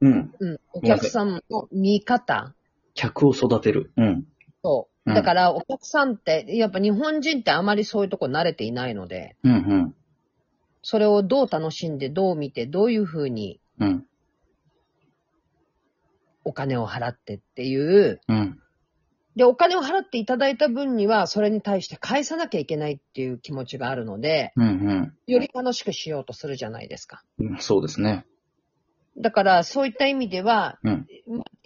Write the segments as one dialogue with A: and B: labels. A: うん。
B: うん。お客さんの見方。
A: 客を育てる。うん。
B: そう。だから、お客さんって、やっぱ日本人ってあまりそういうとこ慣れていないので、
A: うん、うん。
B: それをどう楽しんで、どう見て、どういうふうに
A: うん。
B: お金を払ってっていう、
A: うん。
B: で、お金を払っていただいた分には、それに対して返さなきゃいけないっていう気持ちがあるので、
A: うん。
B: より楽しくしようとするじゃないですか。
A: うん。そうですね。
B: だから、そういった意味では、
A: うん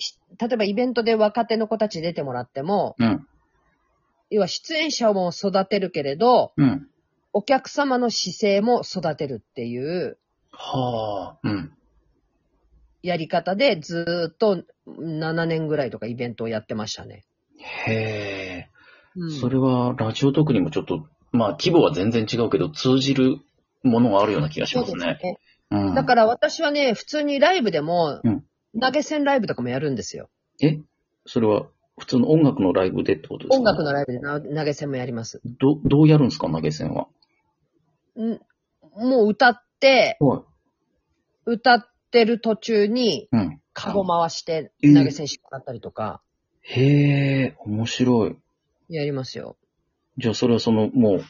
B: し例えばイベントで若手の子たち出てもらっても、
A: うん。
B: 要は出演者も育てるけれど、
A: うん。
B: お客様の姿勢も育てるっていう
A: はあ。うん。
B: やり方で、ずーっと7年ぐらいとかイベントをやってましたね。
A: へえ。
B: うん
A: それは、ラジオトークにもちょっと、まあ、規模は全然違うけど、通じるものがあるような気がし
B: そう
A: ま
B: ですす
A: ね。
B: ね。
A: うん。
B: だから私はね、普通にライブでも、
A: うん
B: 投げ銭ライブとかもやるんですよ。
A: えそれは、普通の音楽のライブでってことですか
B: 音楽のライブでな投げ銭もやります。
A: ど、どうやるんですか投げ銭は。
B: んもう歌って、
A: はい。
B: 歌ってる途中に、
A: うん。
B: カゴ回して
A: う
B: 投
A: ん
B: げ銭してもらったりとか、
A: へえ、面白い。
B: やりますよ。
A: じゃあ、それはその、もう、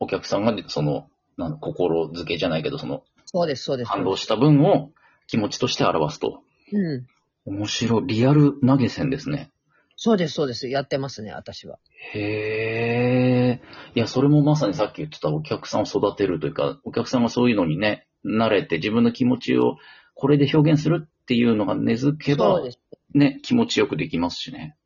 A: お客さんが、その、なん心づけじゃないけど、その、
B: そうです、そうです。
A: 感動した分を気持ちとして表すと。
B: うん。
A: 面白い。リアル投げ銭ですね。
B: そうです、そうです。やってますね、私は。
A: へえ。いや、それもまさにさっき言ってたお客さんを育てるというか、お客さんがそういうのにね、慣れて自分の気持ちをこれで表現するっていうのが根付け
B: そ
A: ば
B: う、です。
A: ね、気持ちよくできますしね。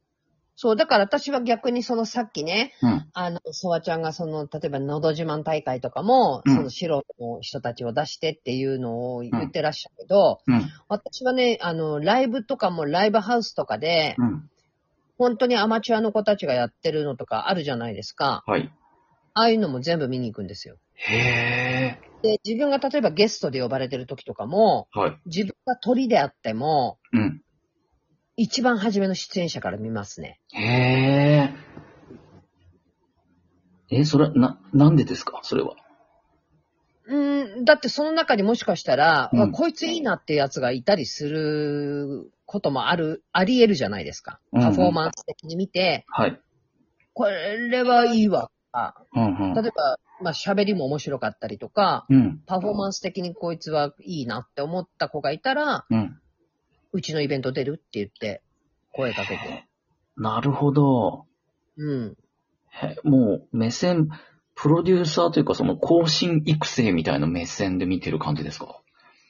B: そう、だから私は逆にそのさっきね、
A: うん。
B: あの、ソワちゃんがその、例えば、のど自慢大会とかも、
A: うん
B: その素人の人たちを出してっていうのを言ってらっしゃるけど、
A: うん。
B: 私はね、あの、ライブとかもライブハウスとかで、
A: うん。
B: 本当にアマチュアの子たちがやってるのとかあるじゃないですか。
A: はい。
B: ああいうのも全部見に行くんですよ。
A: へえ。
B: で、自分が例えばゲストで呼ばれてる時とかも、
A: はい。
B: 自分が鳥であっても、
A: うん。
B: 一番初めの出演者から見ますね。
A: へえ。え、それは、な、なんでですかそれは。
B: うん、だってその中にもしかしたら、
A: うん
B: わこいついいなってやつがいたりすることもある、あり得るじゃないですか。
A: うんうん
B: パフォーマンス的に見て、
A: はい。
B: これはいいわ。あ
A: うんう
B: 例
A: ん。
B: えば、まあ喋りも面白かったりとか、
A: うん。
B: パフォーマンス的にこいつはいいなって思った子がいたら、
A: うん。
B: うちのイベント出るって言って、声かけて。
A: なるほど。
B: うん。
A: へもう、目線、プロデューサーというか、その、更新育成みたいな目線で見てる感じですか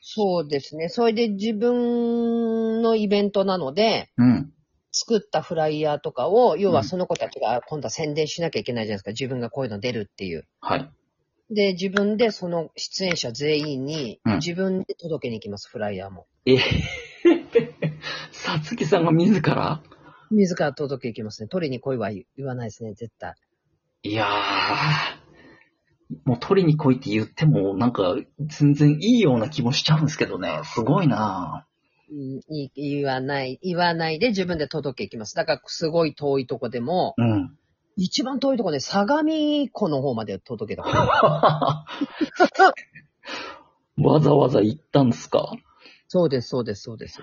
B: そうですね。それで自分のイベントなので、
A: うん。
B: 作ったフライヤーとかを、要
A: う
B: は
A: ん
B: その子たちが今度は宣伝しなきゃいけないじゃないですか。自分がこういうの出るっていう。
A: はい。
B: で、自分でその出演者全員に
A: うん
B: 自分で届けに行きます、フライヤーも。
A: えへへへ さつきさんが自ら
B: 自ら届けに行きますね。取りに来いは言わないですね、絶対。
A: いやー、もう取りに来いって言っても、なんか、全然いいような気もしちゃうんですけどね。すごいな
B: うんい言わない、言わないで自分で届けに行きます。だからすごい遠いとこでも、
A: うん。
B: 一番遠いとこで相模湖の方まで届けた。
A: わ ざわざ行ったんですか
B: そうです、そうです、そうです。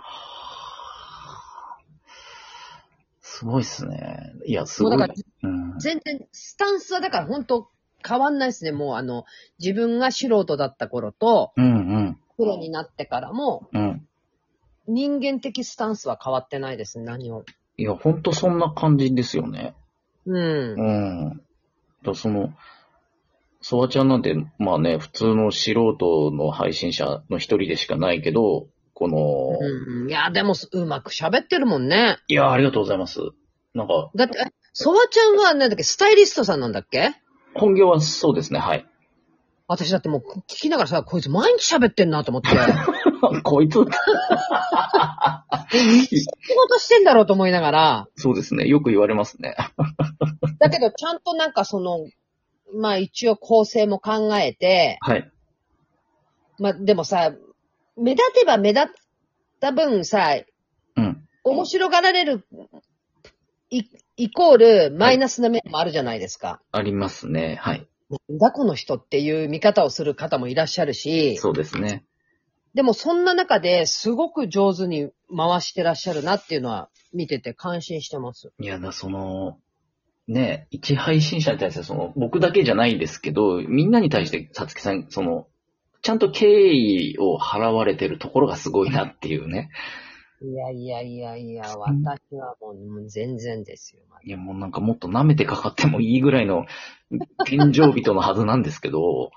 A: すごいっすね。いや、す
B: も
A: ご
B: うだ
A: い。
B: から
A: うん、
B: 全然、スタンスはだから本当変わんないですね。もうあの、自分が素人だった頃と、
A: うん、
B: プロになってからも、
A: うん。うん。
B: 人間的スタンスは変わってないですね、何を。
A: いや、ほんとそんな感じですよね。
B: うん
A: う。ん。だからその、ソワちゃんなんて、まあね、普通の素人の配信者の一人でしかないけど、この、
B: うん、いや、でも、うまく喋ってるもんね。
A: いや、ありがとうございます。なんか、
B: だって、えソワちゃんは、なんだっけ、スタイリストさんなんだっけ
A: 本業はそうですね、はい。
B: 私だってもう聞きながらさ、こいつ毎日喋ってんなと思って、仕
A: こいつ、
B: 事してんだろうと思いながら、
A: そうですね、よく言われますね。
B: だけどちゃんとなんかその、まあ一応構成も考えて、
A: はい。
B: まあ、でもさ、目立てば目立った分さ、
A: うん。
B: 面白がられる、イイコール、マイナスな面もあるじゃないですか。
A: ありますね、はい。
B: なんだこの人っていう見方をする方もいらっしゃるし、
A: そうですね。
B: でもそんな中ですごく上手に回してらっしゃるなっていうのは見てて感心してます。
A: いや、だその、ね、一配信者に対して、その、僕だけじゃないですけど、みんなに対して、さつきさん、その、ちゃんと敬意を払われてるところがすごいなっていうね。
B: いやいやいやいや、私はもうもう全然ですよ。まだ
A: いや、もうなんかもっと舐めてかかってもいいぐらいの、天井人のはずなんですけど、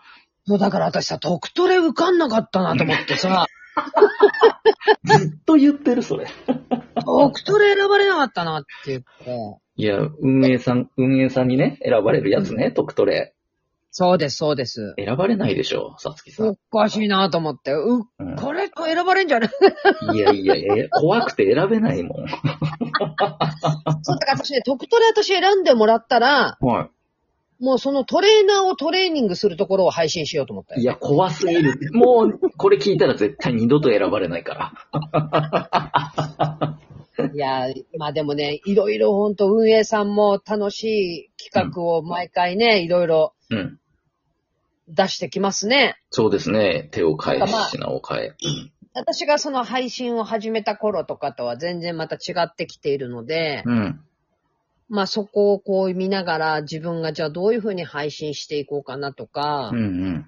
B: そうだから私さ、特トレ受かんなかったなと思ってさ、
A: ずっと言ってる、それ。
B: 特トレ選ばれなかったなって言って。
A: いや、運営さん、運営さんにね、選ばれるやつね、特トレ。
B: そうです、そうです。
A: 選ばれないでしょ、さつきさ
B: お
A: ん。
B: かしいなと思って、う、
A: うん
B: これか選ばれんじゃない
A: いやいやいや、怖くて選べないも
B: そう、だから私ね、特トレ私選んでもらったら、
A: ん。はい。
B: もうそのトレーナーをトレーニングするところを配信しようと思って。
A: いや、怖すぎる。もう、これ聞いたら絶対二度と選ばれないから。
B: いや、まあでもね、いろいろ本当運営さんも楽しい企画を毎回ね、いろいろ
A: うん。
B: 出してきますね。
A: そうですね。手を変え、
B: なんかまあ
A: 品を変え。
B: 私がその配信を始めた頃とかとは全然また違ってきているので、
A: うん。
B: まあそこをこう見ながら自分がじゃあどういうふうに配信していこうかなとか、
A: うんうん。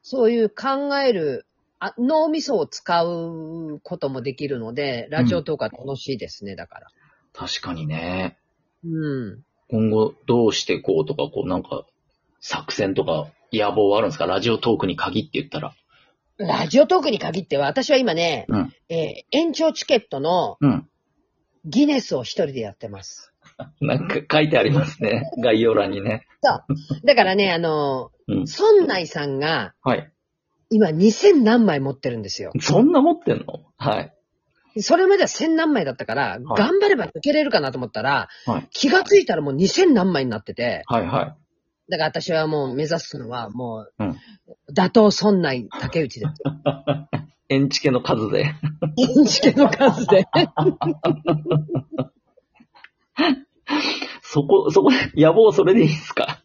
B: そういう考えるあ脳みそを使うこともできるので、ラジオとか楽しいですね、だから。
A: 確かにね。
B: うん。
A: 今後どうしてこうとか、こうなんか、作戦とか野望はあるんですかラジオトークに限って言ったら。
B: ラジオトークに限っては、私は今ね、
A: うん
B: えー延長チケットの
A: うん。
B: ギネスを一人でやってます。
A: なんか書いてあります ね。概要欄にね。
B: だからね、あの
A: うん
B: ー、。村内さんが
A: はい。
B: 今2000何枚持ってるんですよ。
A: そんな持ってんのはい。
B: それまでは1000何枚だったから、
A: はい
B: 頑張れば抜けれるかなと思ったら、
A: はい
B: 気がついたらもう2000何枚になってて、
A: はいは
B: だから私はもう目指すのはもう、
A: うん
B: 打倒村内竹内ですよ。
A: い。エンチケの数で。
B: インチケの数で。
A: そこ、そこで、野望それでいいですか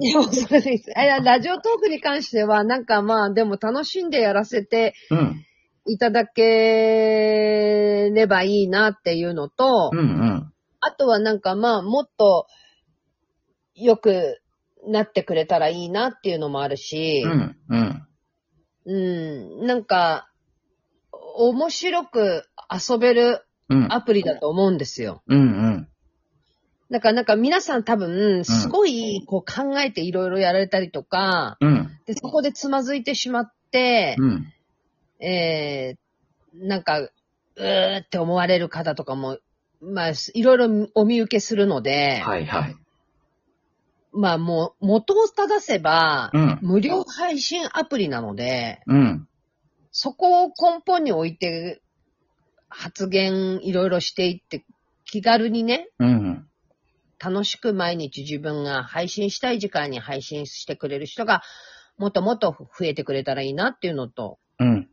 B: いや、もうそれでいいです。あいやラジオトークに関しては、なんかまあ、でも楽しんでやらせて、
A: うん。
B: いただければいいなっていうのと、
A: うんうん。
B: あとはなんかまあ、もっと良くなってくれたらいいなっていうのもあるし
A: う、んうん。
B: うん、なんか、面白く遊べる
A: うん。
B: アプリだと思うんですよ。
A: うんうん。
B: だからなんか皆さん多分、すごいこう考えていろいろやられたりとか、
A: うん。
B: で、そこでつまずいてしまって、
A: うん。
B: えー、なんか、うーって思われる方とかも、まあ、いろいろお見受けするので、
A: はいはい。
B: まあもう、元を正せば
A: う、ん。
B: 無料配信アプリなので、
A: うん。
B: そこを根本に置いて、発言いろいろしていって、気軽にね、
A: うん。
B: 楽しく毎日自分が配信したい時間に配信してくれる人が、もっともっと増えてくれたらいいなっていうのと、
A: うん。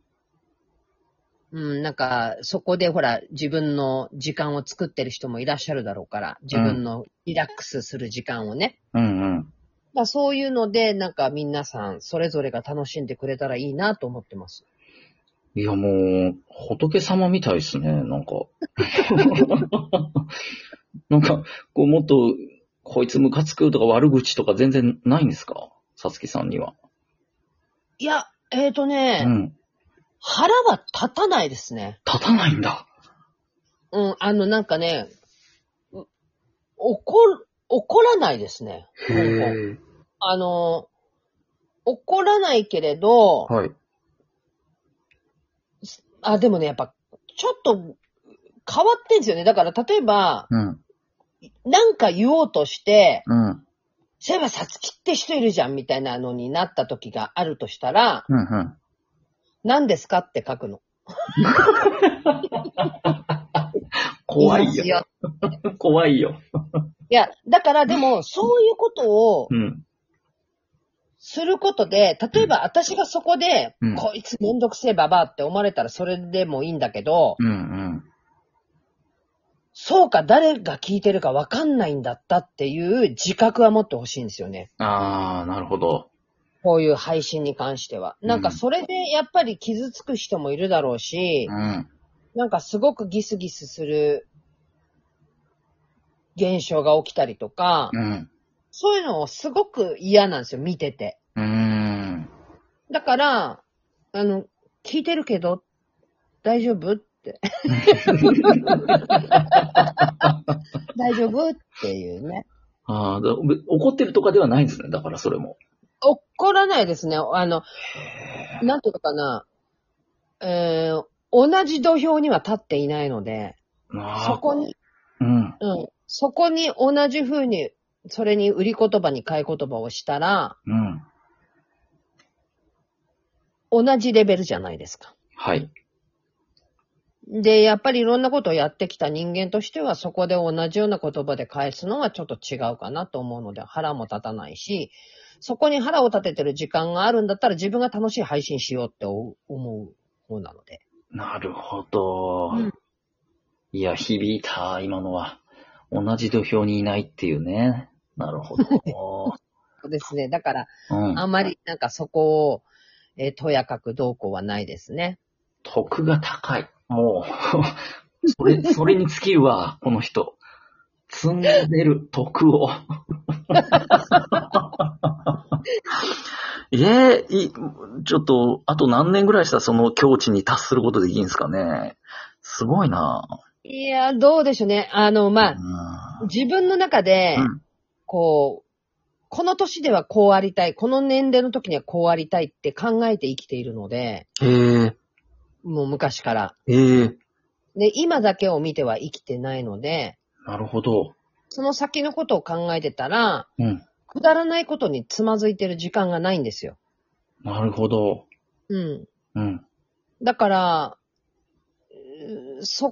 B: うん、なんか、そこでほら、自分の時間を作ってる人もいらっしゃるだろうから、自分のリラックスする時間をね。
A: うん。うん。
B: まあそういうので、なんか皆さん、それぞれが楽しんでくれたらいいなと思ってます。
A: いやもう、仏様みたいですね、なん か。なんか、こうもっと、こいつムカつくとか悪口とか全然ないんですかさつきさんには。
B: いや、えっ、とね、
A: うん。
B: 腹は立たないですね。
A: 立たないんだ。
B: うん、あの、なんかね、う怒る、怒らないですね。なんか
A: え。
B: あの、怒らないけれど、
A: はい。
B: あ、でもね、やっぱ、ちょっと、変わってんですよね。だから、例えば、
A: うん。
B: なんか言おうとして、
A: うん。うん。
B: そういえばさつきって人いるじゃんみたいなのになった時があるとしたら、
A: うん。
B: 何ですかって書くの。
A: 怖い
B: ます
A: よ。。怖いよ。
B: いや、だからでも、そういうことを
A: うん。
B: することで、例えば私がそこで、
A: うん
B: こいつめんどくせえババアって思われたらそれでもいいんだけど、
A: うん。うん。
B: そうか誰が聞いてるかわかんないんだったっていう自覚は持ってほしいんですよね。
A: あー、なるほど。
B: こういう配信に関しては。なんかそれでやっぱり傷つく人もいるだろうし、
A: うん。
B: なんかすごくギスギスする現象が起きたりとか、
A: うん。
B: そういうのをすごく嫌なんですよ、見てて。
A: うーん。
B: だから、あの、聞いてるけど、大丈夫って。大丈夫っていうね。
A: ああ、だべ怒ってるとかではないんですね。だからそれも。
B: 怒らないですね。あの、なんていうのかな。えー、同じ土俵には立っていないので、
A: ああ
B: そこに、
A: うん。
B: うん、そこに同じ風に、それに売り言葉に買い言葉をしたら、
A: うん。
B: 同じレベルじゃないですか。
A: はい。
B: で、やっぱりいろんなことをやってきた人間としては、そこで同じような言葉で返すのはちょっと違うかなと思うので、腹も立たないし、そこに腹を立ててる時間があるんだったら自分が楽しい配信しようって思う方なので。
A: なるほど。
B: うん
A: いや、響いた、今のは。同じ土俵にいないっていうね。なるほ ど。
B: そうですね。だから、
A: うん。
B: あまりなんかそこを、えーとやかくどうこうはないですね。
A: 得が高い。もう、 それ、それに尽きるわ、この人。積んでる得を。い え、い、ちょっと、あと何年ぐらいしたらその境地に達することでいいんですかね。すごいない
B: やー、どうでしょうね。あの、まあ、
A: あ
B: 自分の中で、
A: うん
B: こう、この年ではこうありたい、この年齢の時にはこうありたいって考えて生きているので、
A: へえ、
B: もう昔から。
A: へえ、
B: で、今だけを見ては生きてないので、
A: なるほど。
B: その先のことを考えてたら、
A: うん。
B: くだらないことにつまずいてる時間がないんですよ。
A: なるほど。
B: うん。
A: うん。
B: だから、うーそ